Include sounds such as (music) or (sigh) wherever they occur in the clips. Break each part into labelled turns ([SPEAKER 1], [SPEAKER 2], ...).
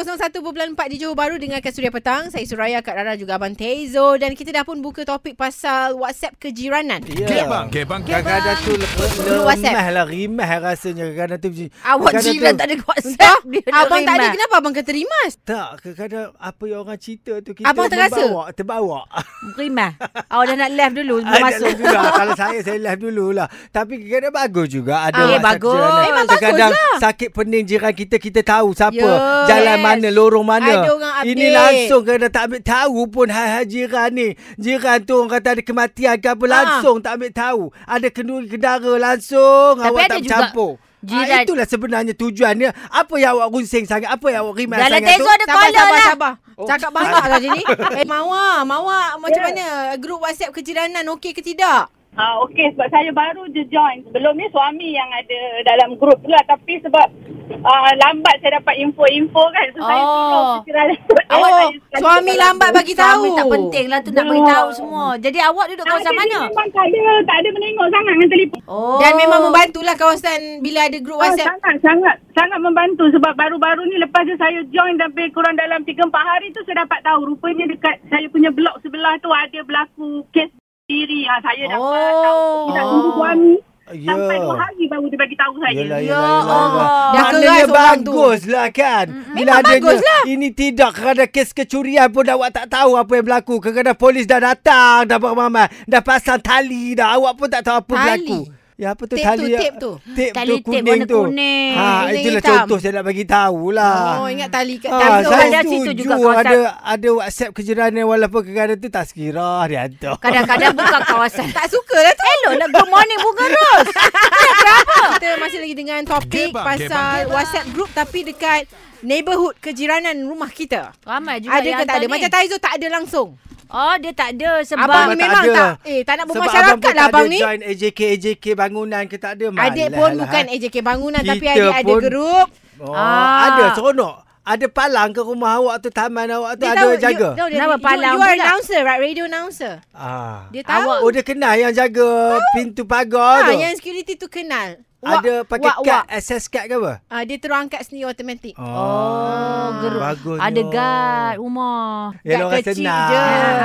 [SPEAKER 1] 101.4 di Johor Bahru dengarkan Suria Petang. Saya Suraya, Kak Rara juga Abang Tezo dan kita dah pun buka topik pasal WhatsApp kejiranan.
[SPEAKER 2] Ya.
[SPEAKER 3] Gap bang. Gap bang.
[SPEAKER 1] Gap
[SPEAKER 2] Kadang-kadang
[SPEAKER 1] bang.
[SPEAKER 2] tu lepas
[SPEAKER 1] Guru WhatsApp.
[SPEAKER 2] lemah lah, rimah rasanya. Kadang-kadang tu macam...
[SPEAKER 4] Awak
[SPEAKER 2] kadang-kadang
[SPEAKER 4] jiran
[SPEAKER 2] tu-
[SPEAKER 4] tak ada
[SPEAKER 1] Entah,
[SPEAKER 4] WhatsApp. Dia nak
[SPEAKER 1] abang tadi
[SPEAKER 4] remat.
[SPEAKER 1] kenapa abang kata rimas?
[SPEAKER 2] Tak, kadang-kadang apa yang orang cerita tu kita
[SPEAKER 1] Abang terasa?
[SPEAKER 2] membawa, terbawa. (laughs)
[SPEAKER 4] Rimah. Awak dah nak left dulu sebelum
[SPEAKER 2] Ada
[SPEAKER 4] masuk.
[SPEAKER 2] live dulu lah. (laughs) Kalau saya, saya live dulu lah. Tapi kadang-kadang bagus juga. Ada
[SPEAKER 4] Ah, eh,
[SPEAKER 2] WhatsApp
[SPEAKER 4] bagus.
[SPEAKER 2] jiranan.
[SPEAKER 4] Memang
[SPEAKER 1] bagus
[SPEAKER 2] Kadang-kadang
[SPEAKER 1] lah.
[SPEAKER 2] sakit pening jiran kita, kita tahu siapa.
[SPEAKER 1] Yes.
[SPEAKER 2] Jalan mana, lorong mana.
[SPEAKER 1] Ada orang
[SPEAKER 2] Ini
[SPEAKER 1] update.
[SPEAKER 2] langsung kadang tak ambil tahu pun hal-hal jiran ni. Jiran tu orang kata ada kematian ke
[SPEAKER 4] Ah.
[SPEAKER 2] apa, langsung tak ambil tahu. Ada kenduri kedara langsung.
[SPEAKER 4] Tapi
[SPEAKER 2] awak
[SPEAKER 4] ada
[SPEAKER 2] tak
[SPEAKER 4] juga
[SPEAKER 2] bercampur.
[SPEAKER 4] jiran-
[SPEAKER 2] Ah, itulah sebenarnya tujuannya. Apa yang awak runsing sangat, apa yang awak rimas
[SPEAKER 4] Jalan
[SPEAKER 2] sangat
[SPEAKER 4] Tezo
[SPEAKER 2] tu.
[SPEAKER 4] ada
[SPEAKER 1] Sabar,
[SPEAKER 4] caller
[SPEAKER 1] sabar,
[SPEAKER 4] lah.
[SPEAKER 1] sabar. Oh. Cakap banyak saja
[SPEAKER 4] (laughs)
[SPEAKER 1] ni. Eh, Mawar, Mawar macam mana? Grup WhatsApp kejiranan okey ke tidak?
[SPEAKER 5] Ah, okey sebab saya baru je join. Sebelum ni suami yang ada dalam grup tu lah tapi sebab ah, lambat saya dapat info-info kan. So saya
[SPEAKER 4] Oh.
[SPEAKER 5] suruh fikiran. (laughs)
[SPEAKER 1] Oh, suami lambat bagi
[SPEAKER 4] Suami
[SPEAKER 1] tahu.
[SPEAKER 4] tak penting lah tu nak
[SPEAKER 5] Ya.
[SPEAKER 4] beritahu semua. Jadi awak duduk kawasan mana?
[SPEAKER 5] Memang tak ada, tak ada menengok sangat dengan telefon.
[SPEAKER 4] Oh.
[SPEAKER 1] Dan memang membantulah kawasan bila ada grup
[SPEAKER 5] Oh,
[SPEAKER 1] WhatsApp.
[SPEAKER 5] sangat, sangat, sangat membantu sebab baru-baru ni lepas je saya join sampai kurang dalam 3-4 hari tu saya dapat tahu rupanya dekat saya punya blog sebelah tu ada berlaku kes diri. Ah, saya dapat tahu. Tidak
[SPEAKER 4] Oh.
[SPEAKER 5] tunggu suami.
[SPEAKER 2] Ya.
[SPEAKER 5] Sampai dua hari baru dia bagi tahu saya.
[SPEAKER 2] Yelah, yelah,
[SPEAKER 4] Ya
[SPEAKER 2] yelah, yelah.
[SPEAKER 4] Allah.
[SPEAKER 1] Dah
[SPEAKER 2] Maknanya
[SPEAKER 1] keras orang tu.
[SPEAKER 2] bagus lah kan.
[SPEAKER 1] Memang
[SPEAKER 2] Bila adanya,
[SPEAKER 1] bagus lah.
[SPEAKER 2] Ini tidak kerana kes kecurian pun awak tak tahu apa yang berlaku. Kadang-kadang polis dah datang, dah beramai Dah pasang tali dah. Awak pun tak tahu apa
[SPEAKER 1] Tali?
[SPEAKER 2] berlaku. Ya apa tu
[SPEAKER 1] Tape tu,
[SPEAKER 2] tali ya?
[SPEAKER 1] tape tu.
[SPEAKER 2] Tape
[SPEAKER 4] Tali
[SPEAKER 2] tu
[SPEAKER 4] tape
[SPEAKER 2] kuning
[SPEAKER 4] warna
[SPEAKER 2] tu.
[SPEAKER 4] kuning.
[SPEAKER 2] Ha
[SPEAKER 1] Kuning
[SPEAKER 2] itulah
[SPEAKER 1] hitam.
[SPEAKER 2] contoh saya nak bagi tahulah.
[SPEAKER 1] Oh, ingat tali kat
[SPEAKER 2] Ah,
[SPEAKER 1] tali. tu.
[SPEAKER 4] saya-
[SPEAKER 1] Ada-
[SPEAKER 2] saya
[SPEAKER 4] kadang situ
[SPEAKER 2] setuju
[SPEAKER 4] juga kawasan-
[SPEAKER 2] ada ada WhatsApp kejiranan walaupun kadang-kadang tu tak sekira dia hantar.
[SPEAKER 4] Kadang-kadang bukan kawasan.
[SPEAKER 1] Tak suka lah tu.
[SPEAKER 4] Hello lah. Good morning Bunga Ros.
[SPEAKER 1] Kita masih lagi dengan topik
[SPEAKER 3] Gebang,
[SPEAKER 1] pasal
[SPEAKER 4] gebang.
[SPEAKER 1] WhatsApp group tapi dekat neighborhood kejiranan rumah kita.
[SPEAKER 4] Ramai juga
[SPEAKER 1] Ada
[SPEAKER 4] yang
[SPEAKER 1] ke tak
[SPEAKER 4] hantar
[SPEAKER 1] ada?
[SPEAKER 4] ni.
[SPEAKER 1] Macam Taizo tak ada langsung.
[SPEAKER 4] Oh dia tak ada sebab
[SPEAKER 1] Abang
[SPEAKER 2] Abang tak
[SPEAKER 1] memang
[SPEAKER 2] ada.
[SPEAKER 1] tak, eh tak nak
[SPEAKER 2] Sebab
[SPEAKER 1] bermasyarakat
[SPEAKER 2] pun
[SPEAKER 1] lah
[SPEAKER 2] tak
[SPEAKER 1] abang
[SPEAKER 2] ada
[SPEAKER 1] ni.
[SPEAKER 2] join AJK AJK bangunan ke tak ada
[SPEAKER 1] Adik
[SPEAKER 2] Malah
[SPEAKER 1] pun
[SPEAKER 2] lah,
[SPEAKER 1] bukan
[SPEAKER 2] ha.
[SPEAKER 1] AJK bangunan tapi
[SPEAKER 2] Kita
[SPEAKER 1] adik ada
[SPEAKER 2] pun-
[SPEAKER 1] grup.
[SPEAKER 2] Oh,
[SPEAKER 4] Ah.
[SPEAKER 2] ah. ada seronok. Ada palang ke rumah awak tu, taman awak tu
[SPEAKER 1] Dia
[SPEAKER 2] ada
[SPEAKER 1] tahu,
[SPEAKER 2] orang jaga.
[SPEAKER 1] You, no, dia,
[SPEAKER 4] Kenapa
[SPEAKER 1] you,
[SPEAKER 4] palang
[SPEAKER 1] you are
[SPEAKER 4] pula?
[SPEAKER 1] announcer, right? Radio announcer.
[SPEAKER 2] ah.
[SPEAKER 1] Dia tahu.
[SPEAKER 4] Awak-
[SPEAKER 2] Oh, dia kenal yang jaga pintu
[SPEAKER 1] ha,
[SPEAKER 2] pagar tu.
[SPEAKER 1] yang security tu kenal.
[SPEAKER 2] ada pakai
[SPEAKER 1] wak,
[SPEAKER 2] kad,
[SPEAKER 1] wak.
[SPEAKER 2] access card ke apa?
[SPEAKER 1] Ah, dia terus angkat sendiri automatik.
[SPEAKER 2] Oh,
[SPEAKER 4] Oh, geruk.
[SPEAKER 2] Bagus.
[SPEAKER 4] Ada guard rumah.
[SPEAKER 2] Ya,
[SPEAKER 1] guard
[SPEAKER 2] orang
[SPEAKER 1] kecil
[SPEAKER 2] senang.
[SPEAKER 1] je.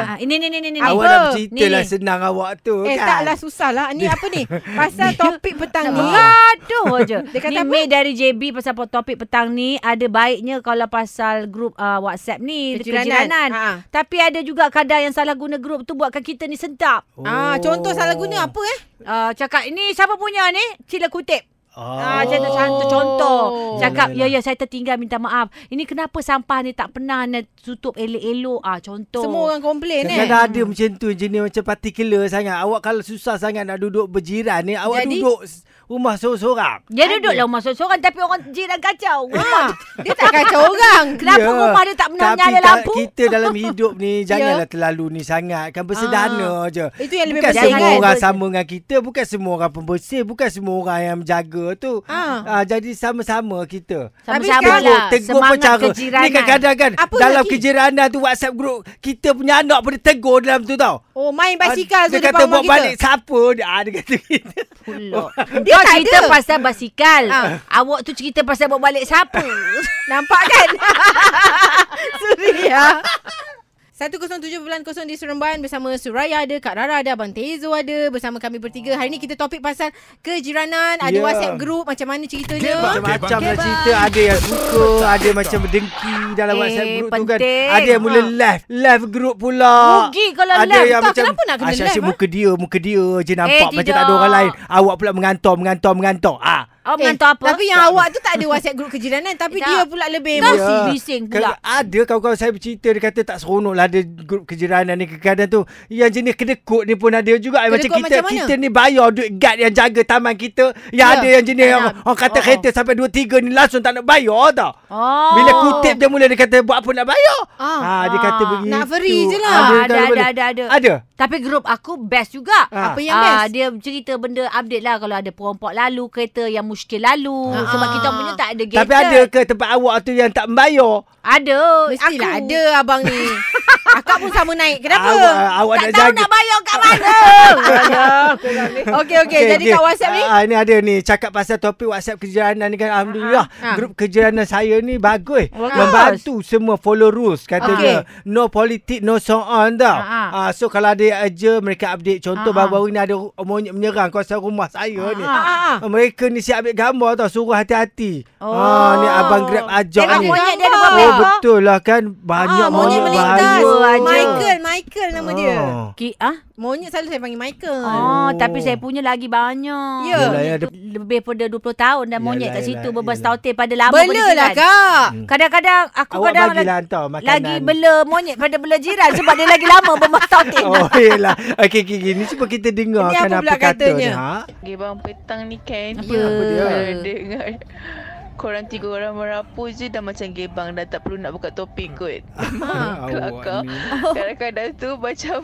[SPEAKER 4] Ah, ini ni ni ni ni.
[SPEAKER 2] Awak
[SPEAKER 4] Apa?
[SPEAKER 2] nak
[SPEAKER 4] Ni,
[SPEAKER 2] bercerita
[SPEAKER 4] ni.
[SPEAKER 2] lah senang awak tu
[SPEAKER 1] Eh,
[SPEAKER 2] kan?
[SPEAKER 1] taklah susah lah. Ni apa
[SPEAKER 2] (laughs)
[SPEAKER 1] ni? Pasal topik petang ni. (laughs)
[SPEAKER 4] Mengaduh je.
[SPEAKER 1] Dia kata
[SPEAKER 4] ni
[SPEAKER 1] apa?
[SPEAKER 4] May dari JB pasal po- topik petang ni ada baiknya kalau pasal grup uh, WhatsApp ni
[SPEAKER 1] Kejiranan.
[SPEAKER 4] kejiranan.
[SPEAKER 1] Ha.
[SPEAKER 4] Tapi ada juga kadang yang salah guna grup tu buatkan kita ni sentap.
[SPEAKER 2] Oh.
[SPEAKER 1] Ah, contoh salah guna apa eh?
[SPEAKER 4] Uh, cakap ini siapa punya ni? Sila kutip.
[SPEAKER 2] Oh.
[SPEAKER 4] Ah, macam tu contoh, contoh.
[SPEAKER 1] Oh.
[SPEAKER 4] Cakap,
[SPEAKER 2] Yelah,
[SPEAKER 4] ya,
[SPEAKER 2] yelah.
[SPEAKER 4] ya, saya tertinggal minta maaf. Ini kenapa sampah ni tak pernah nak tutup elok-elok? Ah, contoh.
[SPEAKER 1] Semua orang komplain eh.
[SPEAKER 2] Kadang-kadang ada macam tu jenis macam particular sangat. Awak kalau susah sangat nak duduk berjiran ni, awak
[SPEAKER 1] Jadi-
[SPEAKER 2] duduk s- rumah seorang-seorang.
[SPEAKER 4] Dia duduklah rumah seorang-seorang tapi orang jiran kacau. (laughs) Rumah
[SPEAKER 1] Ha, dia tak kacau orang.
[SPEAKER 4] Kenapa rumah dia tak pernah
[SPEAKER 2] Ya. Tapi
[SPEAKER 4] nyala
[SPEAKER 2] tak-
[SPEAKER 4] lampu?
[SPEAKER 2] kita dalam hidup ni
[SPEAKER 1] (laughs)
[SPEAKER 2] janganlah terlalu ni sangat. Kan bersedana
[SPEAKER 1] Ya.
[SPEAKER 2] je.
[SPEAKER 1] Ah. Itu yang lebih
[SPEAKER 2] Bukan
[SPEAKER 1] penting,
[SPEAKER 2] semua
[SPEAKER 1] kan?
[SPEAKER 2] orang sama dengan kita. Bukan semua orang pembersih. Bukan semua orang yang menjaga tu.
[SPEAKER 1] Ah.
[SPEAKER 2] Ah, jadi sama-sama kita.
[SPEAKER 1] Tapi
[SPEAKER 4] Sama-sama
[SPEAKER 1] sekarang-
[SPEAKER 4] lah.
[SPEAKER 2] tegur pun
[SPEAKER 4] Semangat
[SPEAKER 2] cara. Ni
[SPEAKER 4] kejiranan.
[SPEAKER 2] kadang-kadang kan
[SPEAKER 1] Apa
[SPEAKER 2] dalam
[SPEAKER 1] lagi?
[SPEAKER 2] kejiranan tu WhatsApp group kita punya anak pun dia tegur dalam tu tau.
[SPEAKER 1] Oh, main
[SPEAKER 2] Ah,
[SPEAKER 1] basikal tu
[SPEAKER 2] dia
[SPEAKER 1] depan
[SPEAKER 2] kata
[SPEAKER 1] rumah
[SPEAKER 2] buat
[SPEAKER 1] kita.
[SPEAKER 2] balik siapa dia ah, dia kata kita. (laughs)
[SPEAKER 4] Pulak.
[SPEAKER 1] Dia
[SPEAKER 4] Kau
[SPEAKER 1] tak
[SPEAKER 4] cerita
[SPEAKER 1] ada.
[SPEAKER 4] pasal basikal.
[SPEAKER 1] Ah.
[SPEAKER 4] Awak tu cerita pasal bawa balik siapa?
[SPEAKER 1] (laughs) Nampak
[SPEAKER 4] (laughs)
[SPEAKER 1] kan?
[SPEAKER 4] ya.
[SPEAKER 1] Suria. 107.0 di Seremban bersama Suraya ada, Kak Rara ada, Abang Tezo ada. Bersama kami bertiga. Hari ni kita topik pasal kejiranan. Ada
[SPEAKER 2] Ya.
[SPEAKER 1] WhatsApp group. Macam mana ceritanya.
[SPEAKER 2] Macam-macam
[SPEAKER 3] Okey,
[SPEAKER 2] lah cerita Ada yang suka Ada macam dengki Dalam
[SPEAKER 4] Eh,
[SPEAKER 2] WhatsApp group tu kan
[SPEAKER 4] penting.
[SPEAKER 2] Ada yang mula
[SPEAKER 4] Ha.
[SPEAKER 2] live Live group pula
[SPEAKER 4] Rugi kalau
[SPEAKER 2] ada
[SPEAKER 4] live.
[SPEAKER 2] Yang
[SPEAKER 1] Tak,
[SPEAKER 2] macam,
[SPEAKER 1] kenapa nak kena
[SPEAKER 2] "Ah,
[SPEAKER 1] live,
[SPEAKER 2] Syaksyuk
[SPEAKER 1] ha?"
[SPEAKER 2] muka dia Muka dia je nampak Macam tak ada
[SPEAKER 4] Eh, tidak.
[SPEAKER 2] orang lain Awak pula mengantor Mengantor Mengantor ah.
[SPEAKER 4] Awak mengantuk apa?
[SPEAKER 1] Eh,
[SPEAKER 4] Eh,
[SPEAKER 1] Tapi yang awak tu tak ada WhatsApp group kejiranan. Tapi
[SPEAKER 4] Tak.
[SPEAKER 1] dia pula lebih
[SPEAKER 4] Kau
[SPEAKER 1] emosi.
[SPEAKER 4] si bising pula.
[SPEAKER 2] Kalau Ada kawan-kawan saya bercerita Dia kata tak seronok lah Ada grup kejiranan ni Kadang-kadang tu Yang jenis kedekut ni pun ada juga Macam
[SPEAKER 1] Kedekut
[SPEAKER 2] kita
[SPEAKER 1] macam mana?
[SPEAKER 2] Kita ni bayar duit guard Yang jaga taman kita Yang
[SPEAKER 1] Ya,
[SPEAKER 2] ada yang jenis
[SPEAKER 4] tak
[SPEAKER 2] yang,
[SPEAKER 4] nak.
[SPEAKER 2] Orang kata
[SPEAKER 4] Oh.
[SPEAKER 2] kereta sampai 2-3 ni Langsung tak nak bayar tau
[SPEAKER 4] Oh.
[SPEAKER 2] Bila kutip dia mula dia kata buat apa nak bayar.
[SPEAKER 1] Ah.
[SPEAKER 2] Ah, dia kata
[SPEAKER 4] Ah.
[SPEAKER 2] begitu.
[SPEAKER 1] Nak free je lah.
[SPEAKER 2] Ah, dia
[SPEAKER 4] ada,
[SPEAKER 2] kalau
[SPEAKER 4] ada,
[SPEAKER 2] boleh.
[SPEAKER 4] ada, ada.
[SPEAKER 2] Ada.
[SPEAKER 4] Tapi grup aku best juga.
[SPEAKER 2] Ah.
[SPEAKER 1] Apa yang best?
[SPEAKER 4] Dia cerita benda update lah kalau ada perompak lalu, kereta yang muskil lalu.
[SPEAKER 1] Ah.
[SPEAKER 4] Sebab kita punya tak ada gated.
[SPEAKER 2] Tapi ada ke tempat awak tu yang tak membayar?
[SPEAKER 4] Ada.
[SPEAKER 1] Mestilah
[SPEAKER 4] aku. (laughs)
[SPEAKER 1] ada abang ni. Akak pun sama naik. Kenapa?
[SPEAKER 2] Awak- awak
[SPEAKER 1] tak
[SPEAKER 2] nak
[SPEAKER 1] tahu
[SPEAKER 2] jaga.
[SPEAKER 1] nak bayar kat
[SPEAKER 2] (laughs)
[SPEAKER 1] mana. Okey, okey. Jadi kat WhatsApp ni.
[SPEAKER 2] Ah, ni ada ni cakap pasal topik WhatsApp kejiranan ni kan alhamdulillah
[SPEAKER 1] Ah, Oh, ah.
[SPEAKER 2] grup kejiranan saya ni bagus.
[SPEAKER 4] Bagus.
[SPEAKER 2] Membantu semua follow rules kata
[SPEAKER 1] Ah.
[SPEAKER 2] dia. No politik no so on tau.
[SPEAKER 4] Ah,
[SPEAKER 2] Ah, so kalau ada aja mereka update contoh
[SPEAKER 4] Ah, ah.
[SPEAKER 2] baru-baru ni ada monyet menyerang kawasan rumah saya ni.
[SPEAKER 1] Ah, ah, ah.
[SPEAKER 2] Ah, Mereka ni siap ambil gambar tau Suruh hati-hati
[SPEAKER 4] Oh.
[SPEAKER 2] ah, Ni abang grab ajak
[SPEAKER 1] Tengok
[SPEAKER 2] ni
[SPEAKER 1] monyet dia ada
[SPEAKER 4] Oh,
[SPEAKER 1] berapa
[SPEAKER 2] Oh
[SPEAKER 1] ekor?
[SPEAKER 2] betul lah kan
[SPEAKER 1] Ah,
[SPEAKER 2] Banyak
[SPEAKER 1] monyet
[SPEAKER 2] monyet
[SPEAKER 1] melintas.
[SPEAKER 4] bahaya
[SPEAKER 2] bahaya
[SPEAKER 4] aja.
[SPEAKER 1] Michael, Michael nama dia.
[SPEAKER 2] Oh.
[SPEAKER 4] Ki, ah?
[SPEAKER 1] Monyet selalu saya panggil Michael.
[SPEAKER 4] Oh,
[SPEAKER 2] Oh.
[SPEAKER 4] tapi saya punya lagi banyak.
[SPEAKER 1] Ya. Yelah,
[SPEAKER 2] ya,
[SPEAKER 4] Monyet tu Lebih pada 20 tahun dah monyet
[SPEAKER 2] Yelah,
[SPEAKER 4] kat situ
[SPEAKER 2] yelah,
[SPEAKER 4] berbelas
[SPEAKER 2] yelah.
[SPEAKER 4] tahun pada lama
[SPEAKER 1] Bela lah kak.
[SPEAKER 2] Hmm.
[SPEAKER 4] Kadang-kadang aku
[SPEAKER 2] Awak
[SPEAKER 4] kadang
[SPEAKER 2] bagilah
[SPEAKER 4] lagi-
[SPEAKER 2] hantar makanan.
[SPEAKER 4] lagi bela monyet pada bela jiran sebab dia lagi lama berbelas tahun.
[SPEAKER 2] (laughs) Oh yelah Okey okey okey Ni cuba kita dengar
[SPEAKER 1] Ini
[SPEAKER 2] kan
[SPEAKER 1] apa
[SPEAKER 2] apa,
[SPEAKER 1] pula
[SPEAKER 2] kata
[SPEAKER 1] katanya?
[SPEAKER 2] dia ha?
[SPEAKER 3] Okay, bang petang ni kan
[SPEAKER 4] Apa? Apa dia?
[SPEAKER 3] Kalau dengar Korang tiga orang merapu je Dah macam gebang Dah tak perlu nak buka topik kot
[SPEAKER 1] Ha,
[SPEAKER 2] Ha,
[SPEAKER 3] Kelakar
[SPEAKER 2] Awak ni.
[SPEAKER 3] (laughs) Kadang-kadang tu macam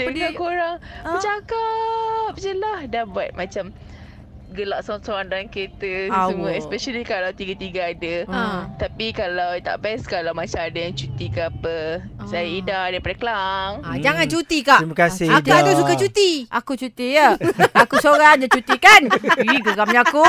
[SPEAKER 3] Dengar
[SPEAKER 1] dia?
[SPEAKER 3] korang
[SPEAKER 4] Ah.
[SPEAKER 3] Bercakap je lah Dah buat macam Gelak sorang-sorang dalam kereta Semua
[SPEAKER 4] Awak.
[SPEAKER 3] Especially kalau tiga-tiga ada
[SPEAKER 1] Ah.
[SPEAKER 3] Tapi kalau tak best Kalau macam ada yang cuti ke apa Saya
[SPEAKER 1] Ah.
[SPEAKER 3] Ida daripada Kelang
[SPEAKER 1] Ah,
[SPEAKER 2] Hmm.
[SPEAKER 1] jangan cuti kak.
[SPEAKER 2] Terima kasih
[SPEAKER 1] Akak
[SPEAKER 2] Ida.
[SPEAKER 1] tu suka cuti.
[SPEAKER 4] Aku cuti ya. Aku seorang je cuti kan. Ih, geramnya aku.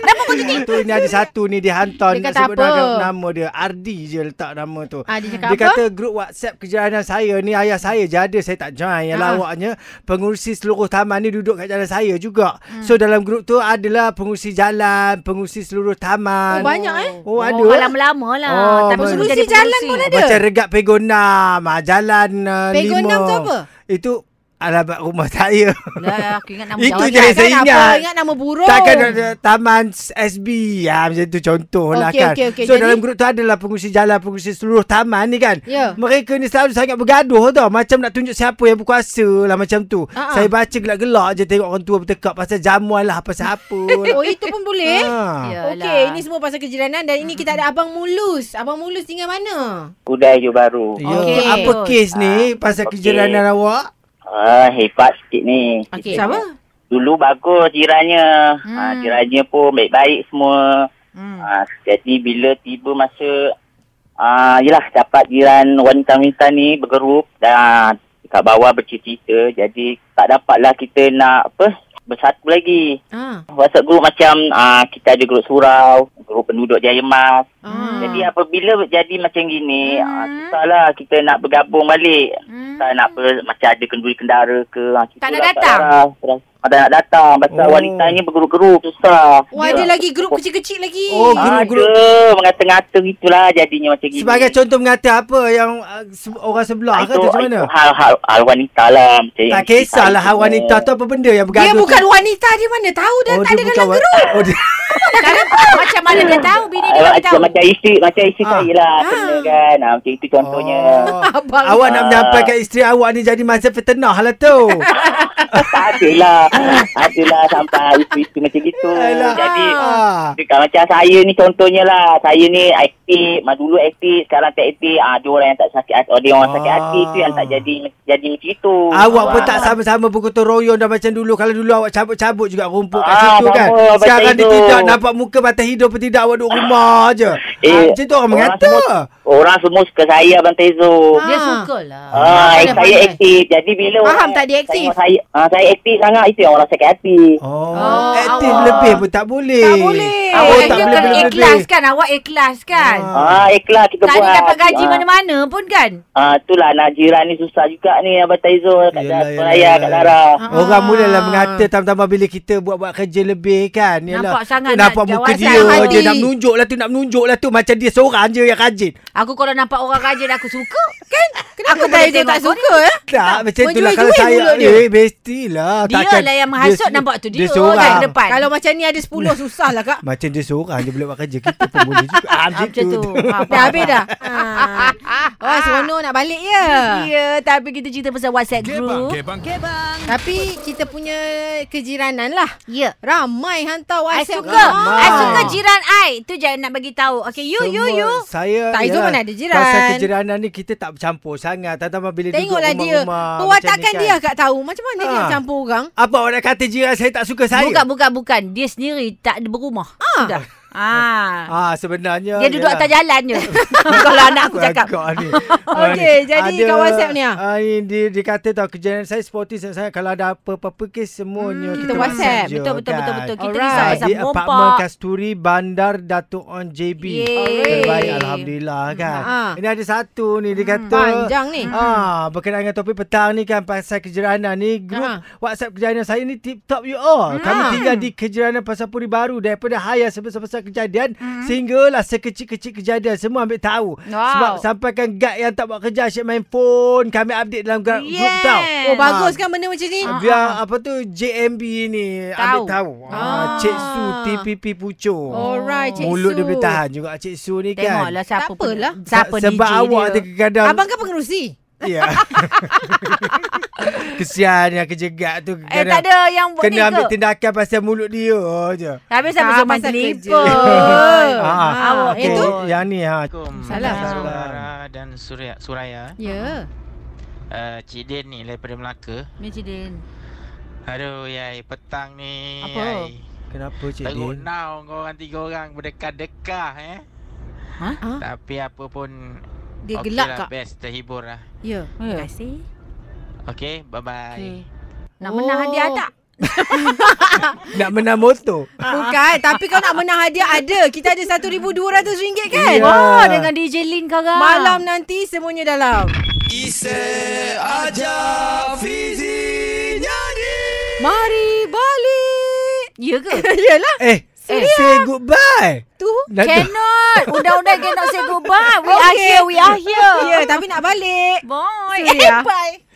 [SPEAKER 2] Tu ni ada satu ni Dia hantar
[SPEAKER 1] Dia
[SPEAKER 2] Dia
[SPEAKER 1] kata
[SPEAKER 2] sebut
[SPEAKER 1] apa?
[SPEAKER 2] nama, nama dia Ardi je letak nama tu
[SPEAKER 1] Ah, dia cakap
[SPEAKER 2] Dia
[SPEAKER 1] apa?
[SPEAKER 2] kata grup WhatsApp kejiranan saya ni ayah saya je ada saya tak join. Yang
[SPEAKER 1] Ah.
[SPEAKER 2] lawaknya pengurusi seluruh taman ni duduk kat jalan saya juga.
[SPEAKER 1] Hmm.
[SPEAKER 2] So dalam grup tu adalah pengurusi jalan, pengurusi seluruh taman.
[SPEAKER 1] Oh, banyak eh.
[SPEAKER 2] Oh, ada.
[SPEAKER 4] Oh, lama-lama lah.
[SPEAKER 2] Oh,
[SPEAKER 4] tapi
[SPEAKER 2] baik.
[SPEAKER 4] semua
[SPEAKER 1] Pengurusi
[SPEAKER 4] jadi
[SPEAKER 1] jalan pun ada.
[SPEAKER 2] Macam regap Pegonam, ah, jalan uh,
[SPEAKER 1] Pego
[SPEAKER 2] lima.
[SPEAKER 1] enam tu apa?
[SPEAKER 2] Itu alamat rumah
[SPEAKER 1] (laughs)
[SPEAKER 2] saya.
[SPEAKER 4] Lah, aku ingat nama
[SPEAKER 2] Itu
[SPEAKER 4] jalan.
[SPEAKER 2] je. Saya
[SPEAKER 1] Takkan
[SPEAKER 2] ingat.
[SPEAKER 1] apa, Ingat nama burung.
[SPEAKER 2] Takkan ada taman SB ya, Macam tu contoh lah
[SPEAKER 1] Okey,
[SPEAKER 2] kan
[SPEAKER 1] okey, okey.
[SPEAKER 2] So
[SPEAKER 1] Jadi-
[SPEAKER 2] dalam grup tu adalah pengurusi jalan Pengurusi seluruh taman ni kan
[SPEAKER 1] Ya.
[SPEAKER 2] Mereka ni selalu sangat bergaduh tau Macam nak tunjuk siapa yang berkuasa lah Macam tu
[SPEAKER 1] Ah, ah.
[SPEAKER 2] Saya baca gelak-gelak je Tengok orang tua bertekak Pasal jamuan lah Pasal apa lah.
[SPEAKER 1] (laughs) Oh itu pun boleh.
[SPEAKER 2] (laughs) Ha.
[SPEAKER 4] Ya.
[SPEAKER 1] (laughs) Okey, ini semua pasal kejiranan dan ini kita ada Abang Mulus. Abang Mulus tinggal mana?
[SPEAKER 6] Uday je baru.
[SPEAKER 2] Ya,
[SPEAKER 1] Okey.
[SPEAKER 2] Apa kes ni Pasal
[SPEAKER 6] Okey.
[SPEAKER 2] kejiranan awak
[SPEAKER 6] Ah, hebat sikit ni.
[SPEAKER 1] Okey. Siapa?
[SPEAKER 6] Dulu bagus
[SPEAKER 4] Hmm.
[SPEAKER 6] jirannya. Hmm. Ah, jirannya pun baik-baik semua.
[SPEAKER 4] Hmm.
[SPEAKER 6] Ah, jadi bila tiba masa ah, yelah dapat jiran wanita-wanita ni bergerup dan kat bawah bercerita jadi tak dapatlah kita nak apa bersatu lagi.
[SPEAKER 1] Ah.
[SPEAKER 6] WhatsApp group macam ah, kita ada grup surau, grup penduduk Jaya Mas.
[SPEAKER 1] Ah. Hmm.
[SPEAKER 6] Jadi apabila jadi macam gini, ah, susahlah kita nak bergabung balik. Tak nak apa Macam ada kenduri kendara ke ha, kita
[SPEAKER 4] Tak nak
[SPEAKER 6] dapat
[SPEAKER 4] datang?
[SPEAKER 6] arah. Ah, Tak nak datang Pasal
[SPEAKER 2] Oh.
[SPEAKER 6] oh. wanita ni bergerup-gerup Susah
[SPEAKER 1] Oh, ada lagi grup kecil-kecil lagi.
[SPEAKER 2] Oh,
[SPEAKER 1] Ah.
[SPEAKER 2] Bergerup-gerup.
[SPEAKER 6] Ada Mengata-ngata gitulah Jadinya macam gini (laughs)
[SPEAKER 2] Sebagai contoh mengata apa Yang ah, se- orang sebelah
[SPEAKER 6] Ah,
[SPEAKER 2] ke atau macam mana
[SPEAKER 6] itu hal, hal, hal wanita lah macam yang
[SPEAKER 2] Tak
[SPEAKER 6] kita
[SPEAKER 2] kisahlah
[SPEAKER 6] tahu.
[SPEAKER 2] hal wanita tu apa benda yang
[SPEAKER 1] Dia
[SPEAKER 2] bergaduh tu. Oh,
[SPEAKER 1] bukan wanita dia mana tahu dah tak ada
[SPEAKER 2] dia
[SPEAKER 1] dalam
[SPEAKER 2] bukan wa-
[SPEAKER 1] grup.
[SPEAKER 2] Oh, dia,
[SPEAKER 4] Macam mana dia tahu bini dia
[SPEAKER 6] Ah,
[SPEAKER 4] bagi
[SPEAKER 6] macam,
[SPEAKER 4] tahu.
[SPEAKER 6] macam isteri Macam isteri
[SPEAKER 2] Ah.
[SPEAKER 6] saya lah Kena kan ha, Macam itu contohnya
[SPEAKER 2] Oh.
[SPEAKER 1] Abang.
[SPEAKER 2] Awak nak
[SPEAKER 6] Ah.
[SPEAKER 2] menyampaikan isteri awak ni jadi masa petenah lah
[SPEAKER 1] (laughs)
[SPEAKER 2] tu.
[SPEAKER 6] (laughs) Tak adalah Adalah sampai Isteri-isteri macam gitu
[SPEAKER 2] Alah.
[SPEAKER 6] Jadi
[SPEAKER 2] Ah.
[SPEAKER 6] Dekat macam saya ni contohnya lah. Saya ni aktif. Mak dulu aktif. Sekarang tak aktif. Ah, ada orang yang tak sakit hati. Ada orang
[SPEAKER 2] Ah.
[SPEAKER 6] sakit hati tu yang tak jadi jadi macam itu.
[SPEAKER 2] Awak pun
[SPEAKER 6] Ah.
[SPEAKER 2] tak sama-sama berkotor royong dah macam dulu. Kalau dulu awak cabut-cabut juga rumput kat
[SPEAKER 6] Ah,
[SPEAKER 2] situ kan.
[SPEAKER 6] sama, batas
[SPEAKER 2] Sekarang dia
[SPEAKER 6] hidup.
[SPEAKER 2] tidak nampak muka batas hidup pun tidak. Awak duduk rumah je.
[SPEAKER 6] Eh,
[SPEAKER 2] ah, macam tu orang mengata.
[SPEAKER 6] Semua, orang semua suka saya Abang Tezo.
[SPEAKER 4] Dia
[SPEAKER 1] Ah.
[SPEAKER 4] suka lah.
[SPEAKER 6] Ah,
[SPEAKER 1] pandai,
[SPEAKER 6] saya
[SPEAKER 1] pandai.
[SPEAKER 6] aktif. Jadi bila
[SPEAKER 1] Faham
[SPEAKER 6] orang
[SPEAKER 1] tak dia aktif?
[SPEAKER 6] tengok Saya, ah, saya aktif sangat. Itu yang orang sakit hati.
[SPEAKER 2] Oh,
[SPEAKER 4] Oh,
[SPEAKER 2] aktif
[SPEAKER 4] awak.
[SPEAKER 2] lebih pun tak boleh.
[SPEAKER 1] Tak boleh.
[SPEAKER 2] Awak
[SPEAKER 1] Eh,
[SPEAKER 4] Awak
[SPEAKER 2] tak
[SPEAKER 4] dia
[SPEAKER 2] boleh
[SPEAKER 4] kan
[SPEAKER 2] benda-benda.
[SPEAKER 4] ikhlas kan. Awak ikhlas kan.
[SPEAKER 6] Ah, ikhlas kita
[SPEAKER 4] Tak
[SPEAKER 6] buat.
[SPEAKER 4] ada dapat gaji
[SPEAKER 6] Ah.
[SPEAKER 4] mana-mana pun kan.
[SPEAKER 6] Ah, itulah Najira ni susah juga ni Abang Taizo kat
[SPEAKER 2] Yelah,
[SPEAKER 6] jalan
[SPEAKER 2] yelah,
[SPEAKER 6] raya kat
[SPEAKER 2] yelah.
[SPEAKER 6] Lara.
[SPEAKER 4] Ah.
[SPEAKER 2] Orang mulalah mengata tambah-tambah bila kita buat-buat kerja lebih kan.
[SPEAKER 4] Nampak sangat
[SPEAKER 2] tu
[SPEAKER 4] nak
[SPEAKER 2] nampak muka
[SPEAKER 4] jawatan
[SPEAKER 2] dia
[SPEAKER 1] hati.
[SPEAKER 2] je. Nak menunjuk lah tu, nak menunjuk lah tu. Macam dia seorang je yang rajin.
[SPEAKER 4] Aku kalau nampak orang rajin aku suka. Kan?
[SPEAKER 1] Kenapa
[SPEAKER 4] boleh
[SPEAKER 1] saya
[SPEAKER 4] tengok
[SPEAKER 1] tak
[SPEAKER 4] kau ni.
[SPEAKER 1] suka eh?
[SPEAKER 2] Tak, macam
[SPEAKER 1] Menjual
[SPEAKER 2] itulah kalau
[SPEAKER 1] duit
[SPEAKER 2] saya
[SPEAKER 1] mulut dia.
[SPEAKER 2] Eh, bestilah
[SPEAKER 4] Dia
[SPEAKER 2] Takkan-
[SPEAKER 4] lah yang menghasut,
[SPEAKER 2] se-
[SPEAKER 4] nampak tu dia
[SPEAKER 2] seorang.
[SPEAKER 4] kat depan.
[SPEAKER 1] Kalau macam ni ada 10 susah lah kak.
[SPEAKER 2] Macam dia seorang Dia boleh buat kerja Kita pun boleh
[SPEAKER 4] (laughs)
[SPEAKER 2] juga ah,
[SPEAKER 4] Ah, Macam tu. Ah,
[SPEAKER 1] Dah habis dah. Ah. Wah, seronok nak balik ya.
[SPEAKER 4] Ya, tapi kita cerita pasal WhatsApp group.
[SPEAKER 1] Tapi kita punya kejiranan lah.
[SPEAKER 4] Ya.
[SPEAKER 1] Ramai hantar
[SPEAKER 4] I
[SPEAKER 1] WhatsApp.
[SPEAKER 4] suka.
[SPEAKER 1] Ah.
[SPEAKER 4] I suka jiran I. Tu je I nak bagi tahu. Okay, you, you,
[SPEAKER 2] Semua
[SPEAKER 4] you.
[SPEAKER 2] Saya
[SPEAKER 1] Tak, Izzul
[SPEAKER 2] yalah,
[SPEAKER 1] pun ada jiran.
[SPEAKER 2] Pasal kejiranan ni Kita tak bercampur sangat Tambah bila
[SPEAKER 1] Tengoklah
[SPEAKER 2] duduk
[SPEAKER 1] dia.
[SPEAKER 2] rumah-rumah macam
[SPEAKER 1] Perwatakan
[SPEAKER 2] ni kan.
[SPEAKER 1] dia kak tahu. Macam mana dia
[SPEAKER 2] Ah.
[SPEAKER 1] nak campur orang.
[SPEAKER 2] Apa awak nak kata jiran saya tak suka saya
[SPEAKER 4] Bukan, bukan, bukan. Dia sendiri tak ada berumah. Ah. Sudah. Ah.
[SPEAKER 2] Ah sebenarnya
[SPEAKER 4] Dia duduk atas jalan (laughs) je. Kalau anak aku cakap.
[SPEAKER 2] Agak (laughs) ni.
[SPEAKER 1] Okey, jadi kat WhatsApp ni, ah?
[SPEAKER 2] ah, ni dia, dia kata tau kejadian saya sporty saya, saya kalau ada apa-apa kes
[SPEAKER 1] Hmm,
[SPEAKER 2] semuanya hmm,
[SPEAKER 1] kita WhatsApp.
[SPEAKER 2] je,
[SPEAKER 4] Betul, betul,
[SPEAKER 2] kan?
[SPEAKER 4] betul, betul. Kita
[SPEAKER 1] Alright.
[SPEAKER 4] risau pasal
[SPEAKER 2] di apartmen
[SPEAKER 4] pompa.
[SPEAKER 2] Kasturi Bandar Datuk On JB.
[SPEAKER 4] Yeay.
[SPEAKER 2] Terbaik alhamdulillah kan.
[SPEAKER 1] Ha.
[SPEAKER 2] Ini ada satu ni dia kata
[SPEAKER 1] Panjang ni.
[SPEAKER 2] Ah, berkenaan dengan topik petang ni kan pasal kejiranan ni grup
[SPEAKER 1] Ha.
[SPEAKER 2] WhatsApp kejiranan saya ni tip top you all. Kami
[SPEAKER 1] Hmm.
[SPEAKER 2] tinggal di kejiranan Pasar Puri Baru daripada haya sebesar-besar kejadian sehinggalah sekecil-kecil kejadian semua ambil tahu.
[SPEAKER 4] Wow.
[SPEAKER 2] Sebab sampaikan gad yang tak buat kerja asyik main phone kami update dalam gra- grup
[SPEAKER 4] Yes.
[SPEAKER 2] tau.
[SPEAKER 1] Oh bagus
[SPEAKER 2] Ah,
[SPEAKER 1] kan benda macam ni?
[SPEAKER 2] Biar apa tu JMB ni ambil
[SPEAKER 4] Tahu.
[SPEAKER 2] tahu.
[SPEAKER 1] Ah.
[SPEAKER 2] Ah. Cik Su TPP Pucuk.
[SPEAKER 1] Alright, Cik
[SPEAKER 2] Mulut dia
[SPEAKER 1] Su.
[SPEAKER 2] boleh tahan juga Cik Su ni kan.
[SPEAKER 4] Tengoklah siapa
[SPEAKER 1] Tak apalah.
[SPEAKER 4] pun- Siapa
[SPEAKER 2] Se- Sebab
[SPEAKER 4] DJ
[SPEAKER 2] awak
[SPEAKER 4] dia.
[SPEAKER 2] tu kadang
[SPEAKER 1] Abang kan pengerusi.
[SPEAKER 2] Ya. (laughs) Kesian yang kerja gad tu
[SPEAKER 4] Eh tak ada yang buat
[SPEAKER 2] kan?
[SPEAKER 4] ni
[SPEAKER 2] Kena ambil
[SPEAKER 4] ke?
[SPEAKER 2] tindakan pasal mulut dia Oh, je.
[SPEAKER 4] Habis sampai
[SPEAKER 1] Tak,
[SPEAKER 4] zaman
[SPEAKER 1] pasal
[SPEAKER 4] telefon.
[SPEAKER 1] kerja.
[SPEAKER 2] Ah,
[SPEAKER 4] awak
[SPEAKER 2] okey,
[SPEAKER 4] itu.
[SPEAKER 2] Yang ni ha.
[SPEAKER 7] Assalamualaikum
[SPEAKER 1] Salam.
[SPEAKER 7] Saudara dan Suraya, Suraya
[SPEAKER 1] Ya.
[SPEAKER 7] uh, Cik Din ni daripada Melaka
[SPEAKER 4] Macam Din.
[SPEAKER 7] Aduh yai petang ni
[SPEAKER 4] Apa?
[SPEAKER 7] yai.
[SPEAKER 2] Kenapa Cik
[SPEAKER 7] Teruk
[SPEAKER 2] Din?
[SPEAKER 7] now korang tiga orang berdekah-dekah eh
[SPEAKER 4] Ha?
[SPEAKER 1] Ha?
[SPEAKER 7] Tapi apa pun
[SPEAKER 1] Dia
[SPEAKER 7] okey
[SPEAKER 1] gelak
[SPEAKER 7] lah,
[SPEAKER 1] kak.
[SPEAKER 7] Best terhibur lah
[SPEAKER 1] Ya.
[SPEAKER 4] Ya. Eh.
[SPEAKER 1] Terima kasih.
[SPEAKER 7] Okay bye bye okay.
[SPEAKER 4] Nak menang
[SPEAKER 1] Oh.
[SPEAKER 4] hadiah tak?
[SPEAKER 2] Nak menang motor.
[SPEAKER 1] Bukan. Tapi kau nak menang hadiah ada. Kita ada RM1,200 kan?
[SPEAKER 2] Ya.
[SPEAKER 4] Eh, Wah, dengan DJ Lin sekarang.
[SPEAKER 1] Malam nanti semuanya dalam. Mari balik. (laughs)
[SPEAKER 4] Ya ke? (laughs)
[SPEAKER 1] Yalah.
[SPEAKER 2] Eh, eh, say goodbye.
[SPEAKER 1] Tu.
[SPEAKER 2] Nak
[SPEAKER 4] cannot. Undang-undang cannot say goodbye. We
[SPEAKER 1] Okay.
[SPEAKER 4] are (laughs) Ya, here, we are here.
[SPEAKER 1] Ya, tapi nak balik.
[SPEAKER 4] Boy.
[SPEAKER 1] Suria.
[SPEAKER 4] Bye.